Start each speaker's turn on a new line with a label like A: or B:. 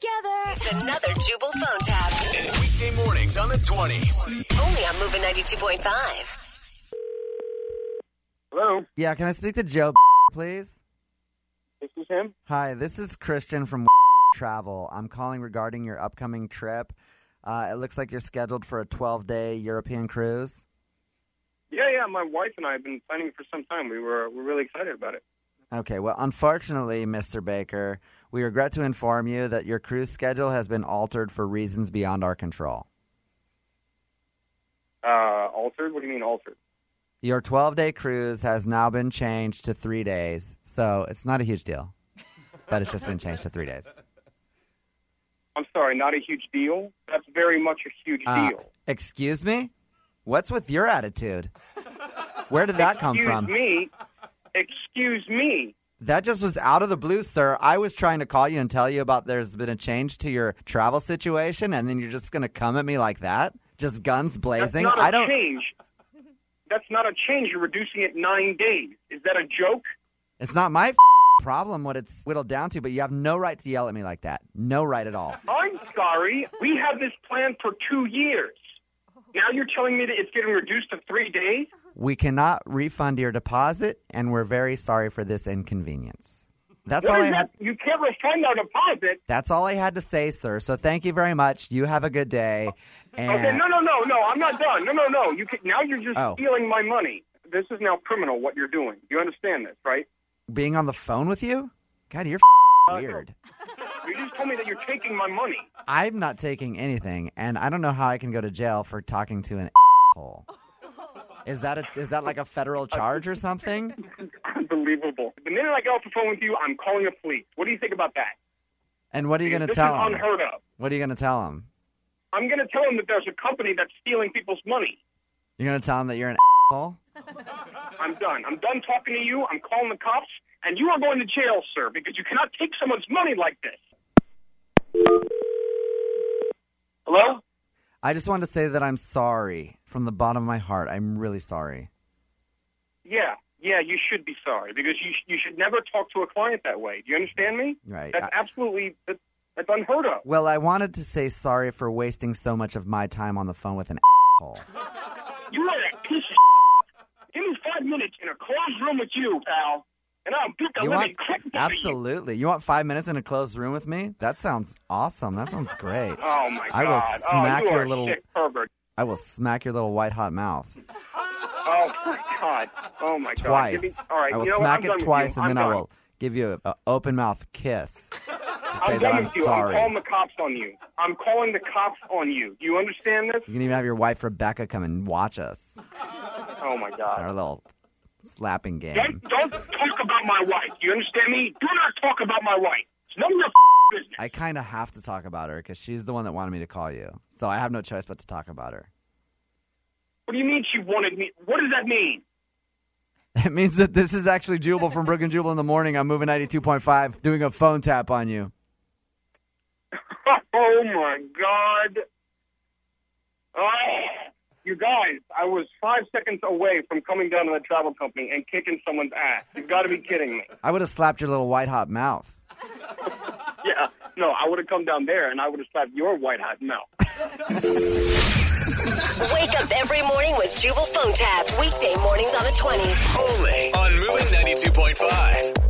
A: together. It's another Jubal phone tab.
B: And weekday mornings on the 20s.
A: Only on Moving 92.5.
C: Hello,
D: Yeah, can I speak to Joe, please?
C: this is him.
D: Hi, this is Christian from Travel. I'm calling regarding your upcoming trip. Uh, it looks like you're scheduled for a 12 day European cruise.
C: Yeah, yeah. My wife and I have been planning for some time. We were we're really excited about it.
D: Okay, well, unfortunately, Mr. Baker, we regret to inform you that your cruise schedule has been altered for reasons beyond our control.
C: Uh, altered? What do you mean altered?
D: Your 12 day cruise has now been changed to three days, so it's not a huge deal that it's just been changed to three days.
C: I'm sorry, not a huge deal. That's very much a huge
D: Uh,
C: deal.
D: excuse me? What's with your attitude? Where did that come
C: Excuse
D: from?
C: me. Excuse me.
D: That just was out of the blue, sir. I was trying to call you and tell you about there's been a change to your travel situation, and then you're just going to come at me like that? Just guns
C: That's
D: blazing?
C: not a
D: I don't.
C: change. That's not a change. You're reducing it nine days. Is that a joke?
D: It's not my f- problem what it's whittled down to, but you have no right to yell at me like that. No right at all.
C: I'm sorry. We had this plan for two years. Now you're telling me that it's getting reduced to three days?
D: We cannot refund your deposit, and we're very sorry for this inconvenience. That's all
C: What
D: I
C: is
D: had.
C: that? You can't refund our deposit.
D: That's all I had to say, sir. So thank you very much. You have a good day. And
C: Okay, no, no, no, no. I'm not done. No, no, no. You can, now you're just
D: Oh.
C: stealing my money. This is now criminal. What you're doing. You understand this, right?
D: being on the phone with you, God, you're f- weird.
C: You just told me that you're taking my money.
D: I'm not taking anything, and I don't know how I can go to jail for talking to an hole. Is that a, is that like a federal charge or something?
C: Unbelievable. The minute I get off the phone with you, I'm calling the police. What do you think about that?
D: And what are you going to
C: this
D: tell
C: is
D: him?
C: unheard of.
D: What are you going to tell him?
C: I'm going to tell them that there's a company that's stealing people's money.
D: You're going to tell him that you're an hole?
C: I'm done. I'm done talking to you. I'm calling the cops, and you are going to jail, sir, because you cannot take someone's money like this. Hello?
D: I just wanted to say that I'm sorry from the bottom of my heart. I'm really sorry.
C: Yeah, yeah, you should be sorry because you sh- you should never talk to a client that way. Do you understand me?
D: Right.
C: That's
D: I-
C: absolutely that's, that's unheard of.
D: Well, I wanted to say sorry for wasting so much of my time on the phone with an hole.
C: You are a piece of. Give me five minutes in a closed room with you, pal, and I'll beat the living
D: You want
C: crap out of you.
D: absolutely? You want five minutes in a closed room with me? That sounds awesome. That sounds great.
C: Oh my
D: I will
C: God!
D: smack
C: oh, you
D: your
C: are a
D: little-
C: sick pervert.
D: I will smack your little white hot mouth.
C: Oh my God! Oh my God!
D: twice.
C: Give me, all right,
D: I will
C: you know
D: smack
C: what? I'm done
D: it twice,
C: with you.
D: and then
C: I'm
D: I
C: done.
D: will give you an open mouth kiss. To say
C: I'm
D: that
C: done
D: I'm
C: with you.
D: sorry.
C: I'm calling the cops on you. I'm calling the cops on you. Do you understand this?
D: You can even have your wife Rebecca come and watch us.
C: Oh my God!
D: Our little slapping game.
C: Don't don't talk about my wife. You understand me? Do not talk about my wife. It's none of your business.
D: I kind of have to talk about her because she's the one that wanted me to call you. So I have no choice but to talk about her.
C: What do you mean she wanted me? What does that mean?
D: It means that this is actually Jubal from Brook and Jubal in the morning. I'm moving 92.5, doing a phone tap on you.
C: Oh my God! Oh, you guys, I was five seconds away from coming down to the travel company and kicking someone's ass. You've got to be kidding me.
D: I would have slapped your little white hot mouth.
C: Yeah, no, I would have come down there and I would have slapped your white hot mouth.
A: Wake up every morning with Jubal phone tabs. Weekday mornings on the 20s.
B: Only on Moving 92.5.